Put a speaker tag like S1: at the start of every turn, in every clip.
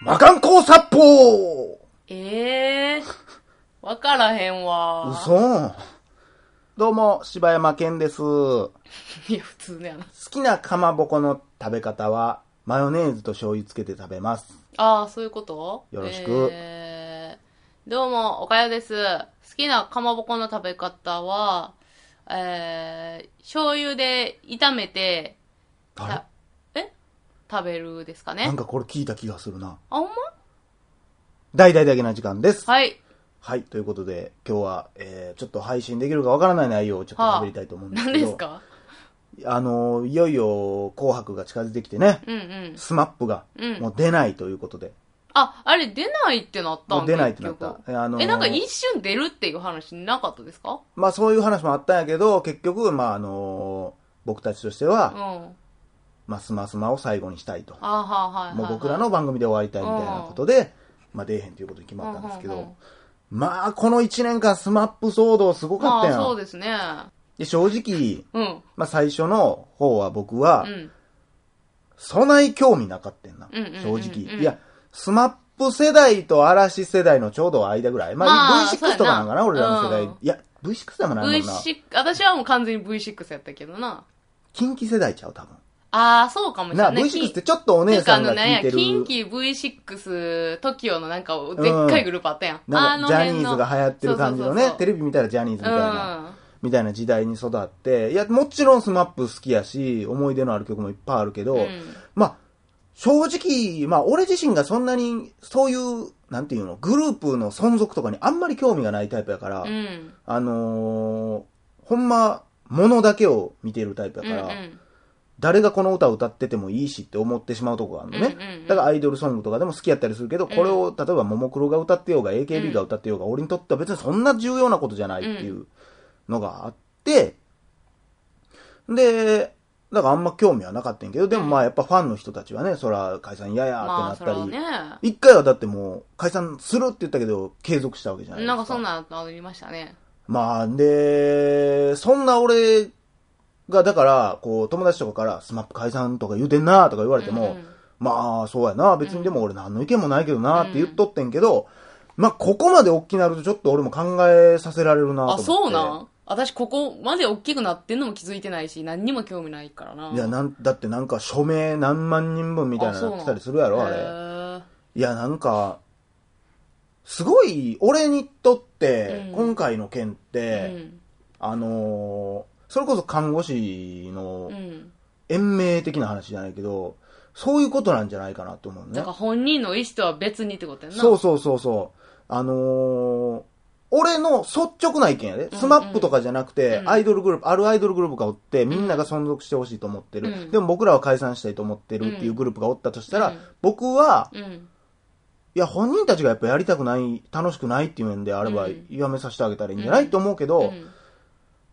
S1: 魔眼光殺法
S2: ええー、わからへんわ。
S1: 嘘どうも、柴山健です。好
S2: いや、普通のやな。
S1: きなかまぼこの食べ方は、マヨネーズと醤油つけて食べます。
S2: ああ、そういうこと
S1: よろしく
S2: えー、どうも、おかよです。好きなかまぼこの食べ方は、えー、醤油で炒めて、
S1: あ
S2: たえ食べるですか
S1: れ
S2: ね
S1: なんかこれ聞いた気がするな。
S2: あ、ほんま
S1: 大々だけな時間です。はい。
S2: はい。
S1: ということで、今日は、えー、ちょっと配信できるかわからない内容をちょっと
S2: はあ
S1: 喋りたいと思うんですけ
S2: 何
S1: ど。
S2: ですか
S1: あの、いよいよ、紅白が近づいてきてね、
S2: うんうん。
S1: スマップが、
S2: うん
S1: もう出ないということで。
S2: あ、あれ出ないってなったん
S1: もう出ないってなった
S2: 結局
S1: えあのー
S2: え、なんか一瞬出るっていう話なかったですか
S1: まあそういう話もあったんやけど、結局、まああの僕たちとして
S2: うん。
S1: は、
S2: あ
S1: まあスマスマを最後にしたいと。
S2: あはーはいはいはい。
S1: もう僕らの番組で終わりたいみたいなことで、まあ出えへんということに決まったんですけ
S2: うんうんう
S1: ど
S2: ん、
S1: まあこの1年間スマップ騒動すごか
S2: ま
S1: った
S2: あ、
S1: や。
S2: そうんですね。
S1: で、正直、
S2: うん。
S1: まあ最初の方は僕は
S2: う、ん。
S1: そない興味なかったんな
S2: うんうんうんうん。
S1: 正直。いや、スマップ世代と嵐世代のちょうど間ぐらい。まあ
S2: まあ
S1: V6 とかなんかな、
S2: そう
S1: 俺
S2: や
S1: ら
S2: な
S1: の世代
S2: うん。
S1: いや、V6 でもないもんな。
S2: V6、私はもう完全に V6 やったけどな。
S1: 近畿世代ちゃう、多分。
S2: ああ、そうかもしれ
S1: なあ、
S2: ない。
S1: V6 ってちょっとお姉さんが聞いてる。
S2: なんや、キンキ V6、TOKIO のなんか、でっかいグループあったやん。
S1: な
S2: あ
S1: ん
S2: の
S1: かジャ
S2: 辺の
S1: ニーズが流行ってる感じの
S2: そう
S1: ね
S2: そうそうそう、
S1: テレビ見たらジャニーズみたいな、
S2: うん。
S1: みたいな時代に育って、いや、もちろんスマップ好きやし、思い出のある曲もいっぱいあるけど、
S2: うん
S1: まあ、正直、まあ、俺自身がそんなに、そういう、なんていうの、グループの存続とかにあんまり興味がないタイプやから、
S2: うん。
S1: あのーほんま、ものだけを見てるタイプやから、
S2: うん
S1: 誰がこの歌を歌っててもいいしって思ってしまうとこがあるのね。
S2: うんうんうん
S1: だからアイドルソングとかでも好きやったりするけど、これを例えばももクロが歌ってようが AKB が歌ってようが、俺にとっては別にそんな重要なことじゃないっていうのがあって、で、だからあんま興味はなかったんやけど、でもまあやっぱファンの人たちはね、そら解散嫌や
S2: う
S1: ー
S2: ん。ま
S1: っ
S2: あ、
S1: て
S2: そ
S1: な
S2: れ
S1: った
S2: は
S1: り、
S2: ね。
S1: 一回はだってもう解散するって言ったけど、継続したわけじゃないです
S2: な
S1: か。
S2: んかそんなのありましたね。
S1: まあ、で、そんな俺が、だから、こう、友達とかから、スマップ解散とか言うてんなとか言われても、
S2: うんうん
S1: まあ、そうやな、別にでも俺何の意見もないけどなって言っとってんけど、まあ、ここまで大きなるとちょっと俺も考えさせられるなと思っ
S2: あ、
S1: て。
S2: そうなん私ここまで大きくなってんのも気づいてないし、何にも興味ないからな。
S1: いや、なん、だってなんか署名何万人分みたいなの来たりするやろ、あ
S2: へ
S1: れ。
S2: ー
S1: いや、なんか、すごい、俺にとって
S2: う、ん
S1: 今回の件っ
S2: う
S1: て、
S2: ん。
S1: あのーそれこそ看護師の
S2: うん。
S1: 延命的な話じゃないけど、そういうことなんじゃないかなと思う
S2: だ
S1: ね
S2: から。本人の意思とは別にってことやんな。
S1: そうそうそうそう。あのー俺の率直な意見やで。スマップとかじゃなくて、
S2: うん
S1: アイドルグループ、あるアイドルグループがおって、みんなが存続してほしいと思ってる、
S2: うん
S1: でも僕らは解散したいと思ってるっていうグループがおったとしたら、
S2: うん
S1: 僕は、
S2: うん。
S1: いや、本人たちがやっぱやりたくない、楽しくないっていうんであれば
S2: うん、
S1: やめさせてあげたらいいんじゃない、
S2: うん
S1: と思うけど、
S2: うん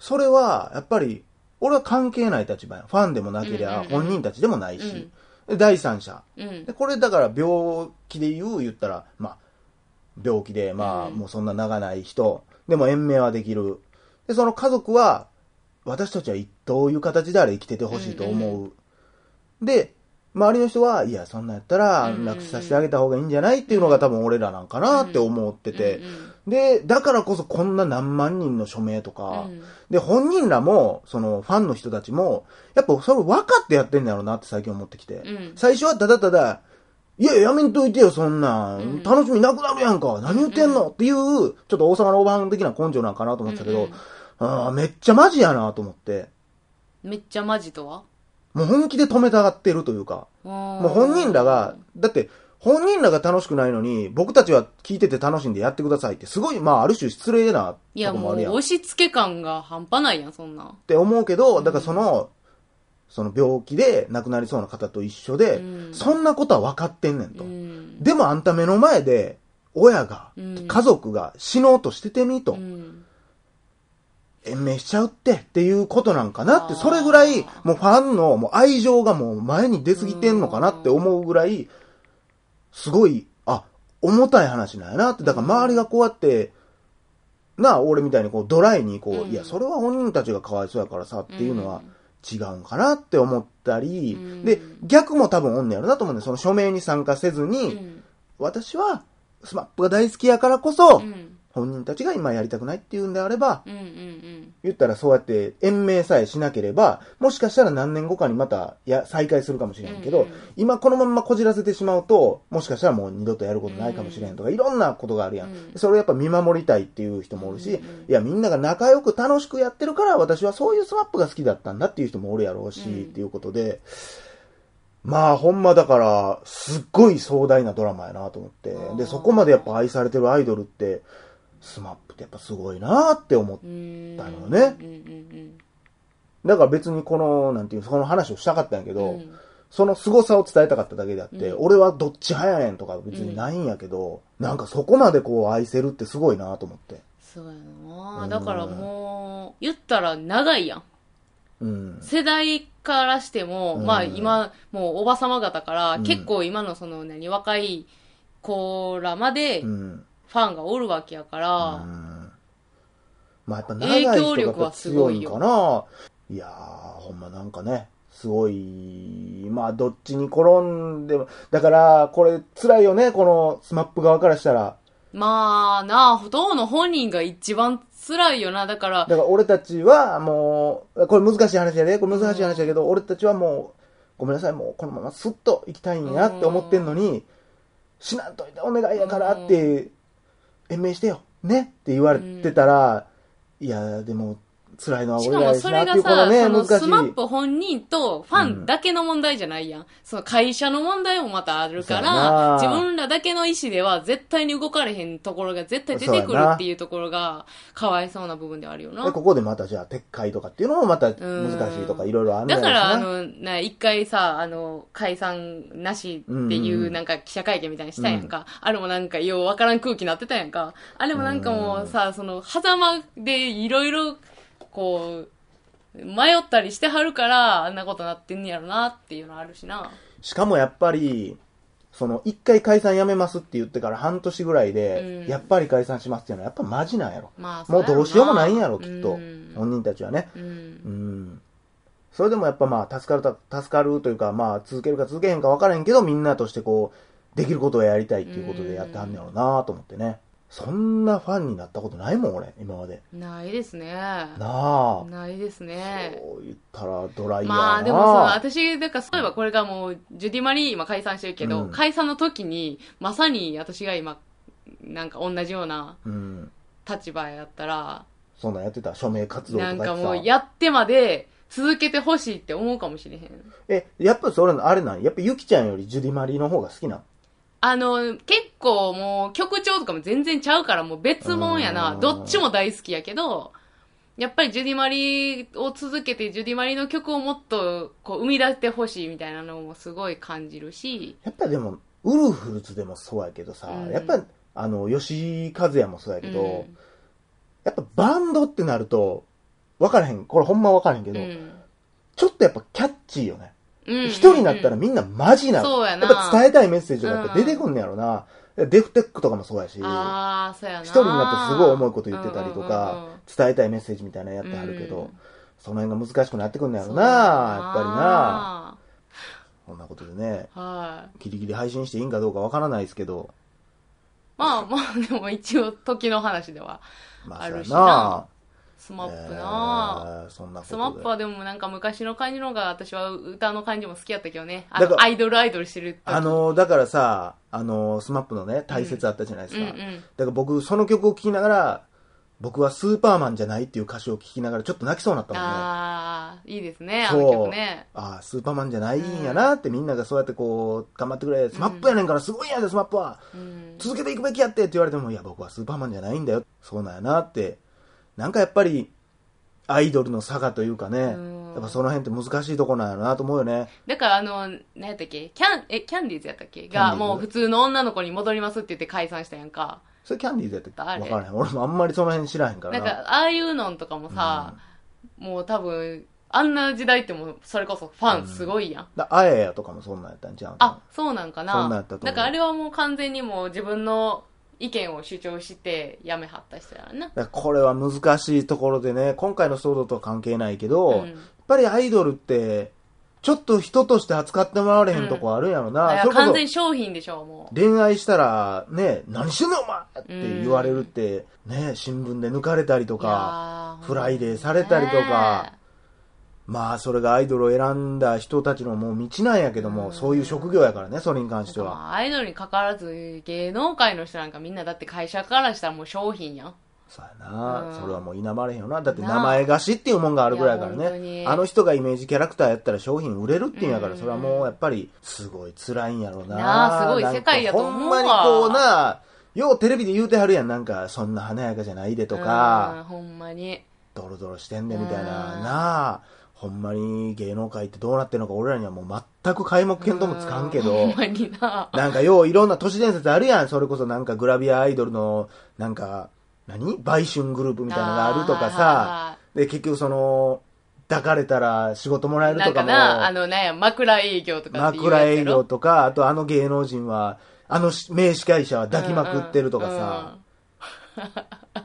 S1: それは、やっぱり、俺は関係ない立場やん。ファンでもなけり
S2: うん
S1: ゃ、
S2: うんうん
S1: 本人たちでもないし、で第三者。
S2: うん
S1: で、これだから病気で言う、言ったら、まあ、病気で、まあ、
S2: うん
S1: もうそんな長ない人、でも延命はできる。で、その家族は、私たちはどういう形であれ生きててほしいと思う。
S2: うんう
S1: で、周りの人は、いや、そんなんやったら、
S2: うんうんうん
S1: 楽させてあげた方がいいんじゃないっていうのが多分俺らなんかなって思ってて。
S2: うん
S1: で、だからこそこんな何万人の署名とか、
S2: うん
S1: で、本人らも、その、ファンの人たちも、やっぱそれ分かってやってんだろうなって最近思ってきて。
S2: ん
S1: 最初はただただ、いや、やめんといてよ、そんなん。
S2: うん
S1: 楽しみなくなるやんか。何言ってんの、
S2: う
S1: っていう、ちょっと大阪のオーバーハン的な根性なんかなと思ってたけど、
S2: うんうん
S1: ああ、めっちゃマジやなと思って。
S2: めっちゃマジとは
S1: もう本気で止めたがってるというか。
S2: も
S1: もう本人らが、だって、本人らが楽しくないのに、僕たちは聞いてて楽しんでやってくださいって、すごい、まあ、ある種失礼ないと
S2: や
S1: こ
S2: も
S1: もあ
S2: う
S1: るやん。
S2: 押し付け感が半端ないやんそんなん
S1: って思うけど、だからその、その病気で亡くなりそうな方と一緒で、
S2: うん
S1: そんなことは分かってんねんと。
S2: うん
S1: でもあんた目の前で、親が、
S2: うん
S1: 家族が死のうとしててみと、
S2: うん
S1: 延命しちゃうってっていうことなんかなって、
S2: あー
S1: それぐらい、もうファンのもう愛情がもう前に出過ぎてんのかなって思うぐらい、すごい、あ、重たい話なんやなって、だから周りがこうやって、なあ、俺みたいにこうドライにこう、
S2: うん
S1: いや、それは本人たちがかわいそうやからさっていうのは、違うんかなって思ったり
S2: うん、
S1: で、逆も多分おんねやろなと思うんだよ。その署名に参加せず
S2: う
S1: に、
S2: ん。
S1: 私は、スマップが大好きやからこそ、
S2: うん。
S1: 本人たちが今やりたくないっていうんであれば、
S2: うんうんうん。
S1: 言ったらそうやって延命さえしなければ、もしかしたら何年後かにまたや再開するかもしれんけど、
S2: うんうん
S1: 今このまんまこじらせてしまうと、もしかしたらもう二度とやることないかもしれんとか、いろんなことがあるやん。
S2: うん
S1: それをやっぱ見守りたいっていう人もおるし、
S2: うんうん
S1: いやみんなが仲良く楽しくやってるから私はそういうスマップが好きだったんだっていう人もおるやろうし、
S2: うん
S1: っていうことで、まあほんまだから、すっごい壮大なドラマやなと思って
S2: あ、ー
S1: で、そこまでやっぱ愛されてるアイドルって、スマップってやっぱすごいなって思っ
S2: うん。
S1: だよね
S2: うんうん
S1: だから別にこの、なんていうの、その話をしたかったんやけ
S2: うん。
S1: ど、
S2: うん
S1: その凄さを伝えたかっただけであって、
S2: うん
S1: 俺はどっち派やねんとか別にないんやけど、なんかそこまでこう愛せるってすごいなと思って。
S2: そうやなだからもう、言ったら長いやん。
S1: うん。
S2: 世代からしても、
S1: うん
S2: まあ今、もうおばさま方から、
S1: うん
S2: 結構今のその何、若い子らまで
S1: う、ん。
S2: ファンがおるわけやから、
S1: うんまあやっぱ長い人がやっぱ強いんかないやー、ほんまなんかね、すごい、まあどっちに転んでも、だからこれ辛いよね、このスマップ側からしたら。
S2: まあなあ、ほとんどの本人が一番辛いよな。だから、
S1: だから俺たちはもう、これ難しい話やで、これ難しい話やけど、俺たちはもう、ごめんなさい、もうこのままスッと行きたいんやって思ってんのに、死なんといてお願いやからって、延命してよ、ねって言われてたら、いや、でも、辛いのは
S2: し
S1: 俺
S2: からも
S1: やし
S2: そ
S1: な
S2: れ
S1: ってい
S2: が
S1: うこの
S2: さ、
S1: ね、
S2: その
S1: 難
S2: スマッ
S1: しい。
S2: プ本人とファンだけの問題じゃないやん。その会社の問題もまたあるか
S1: そうやな
S2: ら、自分らだけの意思では絶対に動かれへんところが絶対出て
S1: そ
S2: く
S1: う
S2: る
S1: やな
S2: っていうところが、かわいそうな部分ではあるよな。
S1: でここでまたじゃあ撤回とかっていうのもまた難しいとかいろいろあるん
S2: だ
S1: やろ
S2: か
S1: うし
S2: ら、あ
S1: な
S2: の、な、一回さ、あの、解散なしって
S1: うんうん
S2: いうう、
S1: ん
S2: なんか記者会見みたいにしたやんか。あれもなんか、ようわからん空気なってたやんか。あれもなんかもうさ、その、狭間でいろいろ、こう、迷ったりしてはるから、あんなことなってんねやろなっていうのあるしな。
S1: しかもやっぱり、その、一回解散やめますって言ってから半年ぐらいで、
S2: うん
S1: やっぱり解散しますっていうのはやっぱマジなんやろ。
S2: まあ、
S1: もうどうしようもないんやろ、きっと
S2: う。ん。
S1: 本人たちはね。
S2: う。
S1: うんん。それでもやっぱまあ、助かるた、助かるというか、まあ、続けるか続けへんか分からへんけど、みんなとしてこう、できることをやりたいっていうことでやってはんねやろうなと思ってね。そんなファンになったことないもん、俺、今まで。
S2: ないですね。
S1: なあ。
S2: ないですね。
S1: そう言ったらドライヤーな
S2: まあでもさ、私、だからそういえばこれがもう、ジュディ・マリー今解散してるけど、
S1: うん
S2: 解散の時に、まさに私が今、なんか同じような
S1: うん。
S2: 立場やったら、
S1: そんなんやってた。署名活動とか
S2: な
S1: やっ
S2: ん
S1: てた。
S2: かもうやってまで続けてほしいって思うかもしれへん。
S1: え、やっぱそれ、あれなんやっぱゆきちゃんよりジュディマリーの方が好きなん
S2: あの、結構もう曲調とかも全然ちゃうからもう別物や
S1: う
S2: な。
S1: ん
S2: どっちも大好きやけど、やっぱりジュディマリーを続けて、ジュディマリーの曲をもっとこう生み出してほしいみたいなのもすごい感じるし、
S1: やっぱでも、ウルフルズでもそうやけどさ、
S2: うん
S1: やっぱ、あの、吉井和也もそうやけど、
S2: うん
S1: やっぱバンドってなると、わからへん。これほんまわからへんけど、
S2: うん
S1: ちょっとやっぱキャッチーよね。
S2: うんうんうん
S1: 一、人になったらみんなマジな。
S2: そうやな
S1: っぱ伝えたいメッセージがやっぱ出てくんねやろな。デフテックとかもそうやし、一
S2: ああ、そうやな。
S1: 人になったらすごい重いこと言ってたりとか、
S2: うんうんうん
S1: 伝えたいメッセージみたいなのやってはるけど、
S2: うん
S1: その辺が難しくなってくんねや
S2: そ
S1: ろ
S2: う
S1: な。
S2: や
S1: やっぱりな。
S2: な。
S1: こんなことでね、
S2: はい。
S1: ギリギリ配信していいんかどうかわからないですけど、
S2: まあまあ、でも一応時の話では、
S1: ま
S2: あ
S1: そう
S2: る
S1: や
S2: しなスマップな。
S1: えーそんなこと
S2: ス
S1: で
S2: マップはでもなんか昔の感じの方が私は歌の感じも好きやったけどね。あ
S1: だか
S2: の、
S1: ら
S2: アイドルアイドルしてる時
S1: あ、の、だからさ、あの、スマップのね、大切あったじゃないで
S2: う
S1: す
S2: んう
S1: か。だ
S2: ん。
S1: から僕、その曲を聴きながら、僕はスーパーマンじゃないっていう歌詞を聴きながらちょっと泣きそうになったもんね。あ
S2: ああ、いいですね、あ
S1: そう
S2: の曲ね。
S1: あー、スーパーマンじゃないんやなってみんながそうやってこう、頑張ってくれ、スマップやねんからすごいんやで、スマップは
S2: うん。
S1: 続けていくべきやってって言われても、いや、僕はスーパーマンじゃないんだよ。そうなんやなって。なんかやっぱり、アイドルの差がというかね、
S2: ん
S1: やっぱその辺って難しいとこなんやろなと思うよね。
S2: だからあの、何やったっけキャン、え、キャンディーズやったっ
S1: キャ
S2: け
S1: ンディー
S2: が、
S1: ズ
S2: もう普通の女の子に戻りますって言って解散したやんか。
S1: それキャンディーズやって
S2: あれ
S1: 分からへん。俺もあんまりその辺知らへんから
S2: な。
S1: なん
S2: か、ああいうのんとかもさ、もう多分、あんな時代ってもう、それこそファンすごいやん。
S1: だあややとかもそんなんやったんちゃうん
S2: あ、そうなんかな。
S1: そんなんやったと思う
S2: だからあれはもう完全にもう自分の意見を主張してやめはった人やな。
S1: だからこれは難しいところでね、今回の騒動とは関係ないけど、
S2: うん
S1: やっぱりアイドルって、ちょっと人として扱ってもらわれへんとこあるんやろな。
S2: いや
S1: それ
S2: 完
S1: こ
S2: 全商品でしょ、も
S1: そ恋愛したら、ね、何してんねんお前って言われるって、ね、新聞で抜かれたりと
S2: う。
S1: か、
S2: いやー
S1: フライデーされたりとか、まあそれがアイドルを選んだ人たちのもう道なんやけども、
S2: うん
S1: そういう職業やからね、それに関して
S2: ね
S1: は。
S2: まあアイドルに関わらず、芸能界の人なんかみんなだって会社からしたらもう商品やん。
S1: そうやな、
S2: うん
S1: それはもう否まれへんよな。だって
S2: なあ
S1: 名前貸しっていうもんがあるぐらいやから
S2: いや本当
S1: ね
S2: に。
S1: あの人がイメージキャラクターやったら商品売れるっていうんやか
S2: う
S1: ら、
S2: ん
S1: それはもうやっぱりすごい辛いんやろな。
S2: なあすごい世界やと思うわ
S1: なんかほんまにこうな、ようテレビで言うてはるやん。なんか、そんな華やかじゃないでと
S2: うん
S1: か、
S2: ほんまに。
S1: ドロドロしてんでみたいな。
S2: うん
S1: なあ、ほんまに芸能界ってどうなってるのか俺らにはもう全く皆目見当もつかんけど。
S2: ほんまにな。
S1: なんかよういろんな都市伝説あるやん。それこそなんかグラビアアイドルの、なんか、何売春グループみたいなのがあるとかさ。
S2: あ
S1: で、結局その、抱かれたら仕事もらえ
S2: ー。
S1: る
S2: な
S1: と
S2: んか
S1: か
S2: な、あ
S1: も、
S2: の、なんや、枕営業とかっていうや
S1: 枕
S2: つやろ
S1: 営業とか、あとあの芸能人は、あのし名司会者は抱きまくってるとかさ。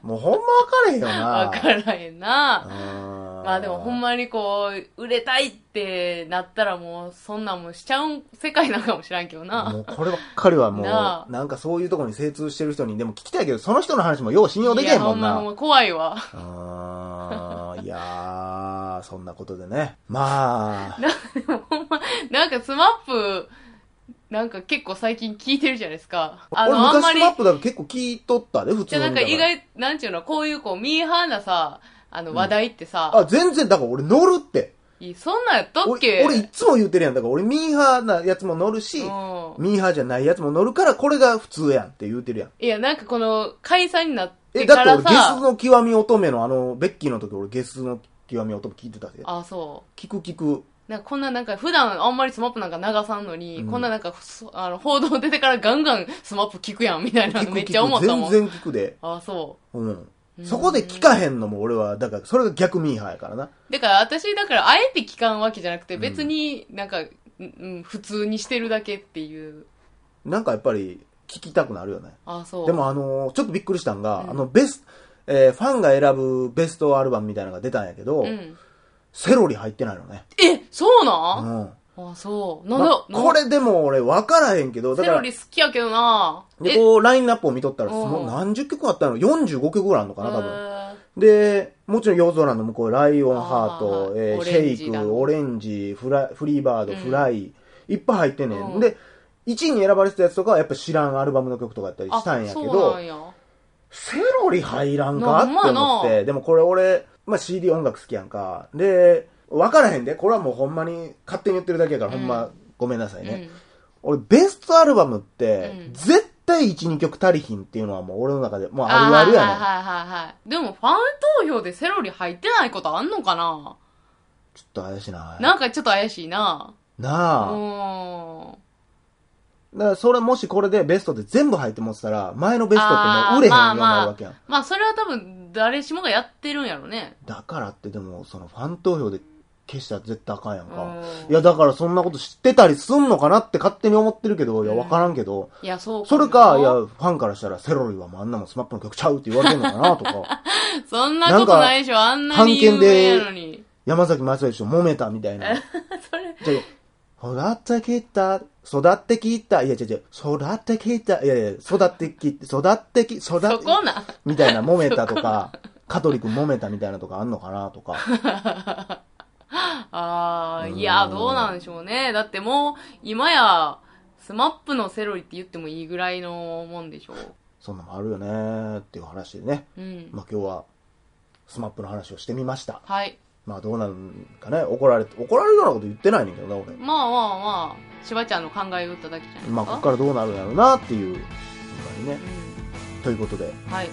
S1: もうほんま分かれへんよ
S2: うんうん。わ
S1: な。
S2: からへんな。ま
S1: ま
S2: あでもほんまにこう、売れたいってなったらもう、そんなんもうしちゃうん世界なんかもしらんけど
S1: も
S2: な。
S1: うこればっかりはもう、
S2: な
S1: ななんかそういうところに精通してる人に、でも聞きたいけど、その人の話もよう信用できへんもん
S2: いや
S1: な。
S2: ほんまほんま怖いわ。
S1: あーいやー、そんなことで ね。まあ、
S2: ほんま、なんかスマップ、なんか結構最近聞いてるじゃないですか。あ
S1: 俺
S2: の、あんま
S1: 昔
S2: り
S1: マッ、プだと結構聞いとったで、普
S2: じ
S1: 通
S2: ゃ
S1: に
S2: あ
S1: だ
S2: なん
S1: ら
S2: か意外、なんちゅうの、こういうこう、ミーハーなさ、あの話題ってさ、
S1: あ、全然、だから俺乗るって。
S2: いそんなんやったっけ
S1: 俺、俺いつも言ってるやん。だから俺ミーハーなやつも乗るし、
S2: うん
S1: ミーハーじゃないやつも乗るから、これが普通やんって言うてるやん。
S2: いや、なんかこの、解散になっ
S1: え、
S2: て
S1: だっ
S2: か
S1: て
S2: ら
S1: 俺ゲス
S2: さ、
S1: の極み乙女のあの、ベッキーの時俺ゲスの極み乙女聞いてたで。
S2: あ、そう。
S1: 聞く聞く。
S2: なんかこんななんか普段あんまりスマップなんか流さんのに、
S1: うん
S2: こんななんかそあの報道出てからガンガンスマップ聞くやんみたい な
S1: 聞
S2: の
S1: く
S2: めっちゃ思
S1: 聞
S2: っ
S1: く。
S2: たも
S1: 全
S2: ん。
S1: 然聞くで。
S2: あ、そ
S1: うん。
S2: うん
S1: そこで聞かへんのも俺は、だから、それが逆ミーハーやからな。
S2: う。だから私だからあえて聞かんわけじゃなくて別になんか、うんうん普通にしてるだけっていう。
S1: なんかやっぱり聞きたくなるよね。
S2: あ、そう。
S1: でもあのーちょっとびっくりしたんが、
S2: うん
S1: あの、ベスト、えーファンが選ぶベストアルバムみたいなのが出たんやけど、
S2: うん。
S1: セロリ入ってないのね。
S2: え、そう
S1: う
S2: なん、
S1: ん。
S2: あ、そう。なんだ、
S1: ま
S2: なん
S1: これでも俺分からへんけど、だ
S2: セ
S1: か
S2: ロ
S1: ら、
S2: リ好きやけどな
S1: で、こう、ラインナップを見とったら、
S2: うん
S1: もう何十曲あったの ?45 曲ぐらいあるのかな、多分。
S2: 分。
S1: で、もちろん夜空の向こう、ライオンハー
S2: あ
S1: ト
S2: ー、
S1: えー
S2: オ
S1: シ
S2: レン
S1: ェ
S2: ジ
S1: イ
S2: だ
S1: ク、オレンジ、フラフリーバード、
S2: うん
S1: フライ、いっぱい入ってんねん。
S2: うん
S1: で、1位に選ばれてたやつとかはやっぱ知らんアルバムの曲とかやったり
S2: あ、
S1: したんやけど、
S2: そうなんや。
S1: セロリ入らんかって
S2: なほんま
S1: 思っ
S2: や
S1: て、でもこれ俺、まあ、CD 音楽好きやんか。で、わからへんで、これはもうほんまに勝手に言ってるだけやから、
S2: うん
S1: ほんまごめんなさいね。
S2: うん
S1: 俺、ベストアルバムって、
S2: うん
S1: 絶対1、2曲足りひんっていうのはもう俺の中で、もうあるあるやね
S2: あ
S1: ん。
S2: はいはいはいはい。でもファン投票でセロリ入ってないことあんのかな
S1: ちょっと怪しいな。な
S2: なんかちょっと怪しいな。う
S1: あ。
S2: ーん。
S1: だからそれもしこれでベストで全部入ってもってたら、前のベストってもう売れへんようになるわけやん。
S2: まあそれは多分誰しもがやってるんやろね。
S1: だからってでも、そのファン投票で消したら絶対あかんやんか。
S2: うん
S1: いや、だからそんなこと知ってたりすんのかなって勝手に思ってるけど、いや、
S2: うん
S1: わからんけど、
S2: いや、そう
S1: それか、いや、
S2: な
S1: ファンからしたらセロリはもうあんなもんスマップの曲ちゃうって言われてんのかなと か、
S2: そんなことないでしょ。あんなに有名やのに。
S1: 山崎まさよしと揉めたみたいな。
S2: それ、
S1: じゃあ育ってきた、育ってきた、いや、違う違う、育ってきた、いやいや、育ってき、育ってき、育って
S2: そこな。
S1: みたいな揉めたとか、香取君揉めたみたいなとかあんのかなとか。
S2: ああ、
S1: うん
S2: いや、どうなんでしょうね。だってもう、今や、スマップのセロリって言ってもいいぐらいのもんでしょう。
S1: そんなのもあるよねーっていう話でね。
S2: うん。
S1: まあ今日は、スマップの話をしてみました。
S2: はい。
S1: まあどうなんかね、怒られて、怒られるようなこと言ってないねんけどな、俺。
S2: まあまあまあ、しばちゃんの考えを打っただけじゃないですか。
S1: まあこっからどうなるんだろうなっていう、今回ね。
S2: う
S1: ということで、
S2: ん、はい、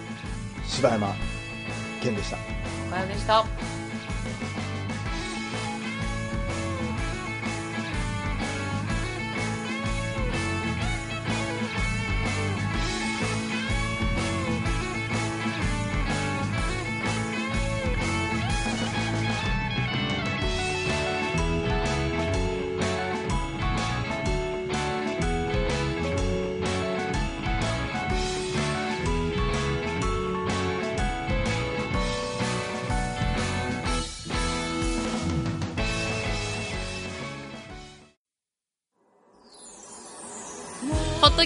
S1: 柴山健でした。
S2: おかよでした。
S3: 「
S2: ッド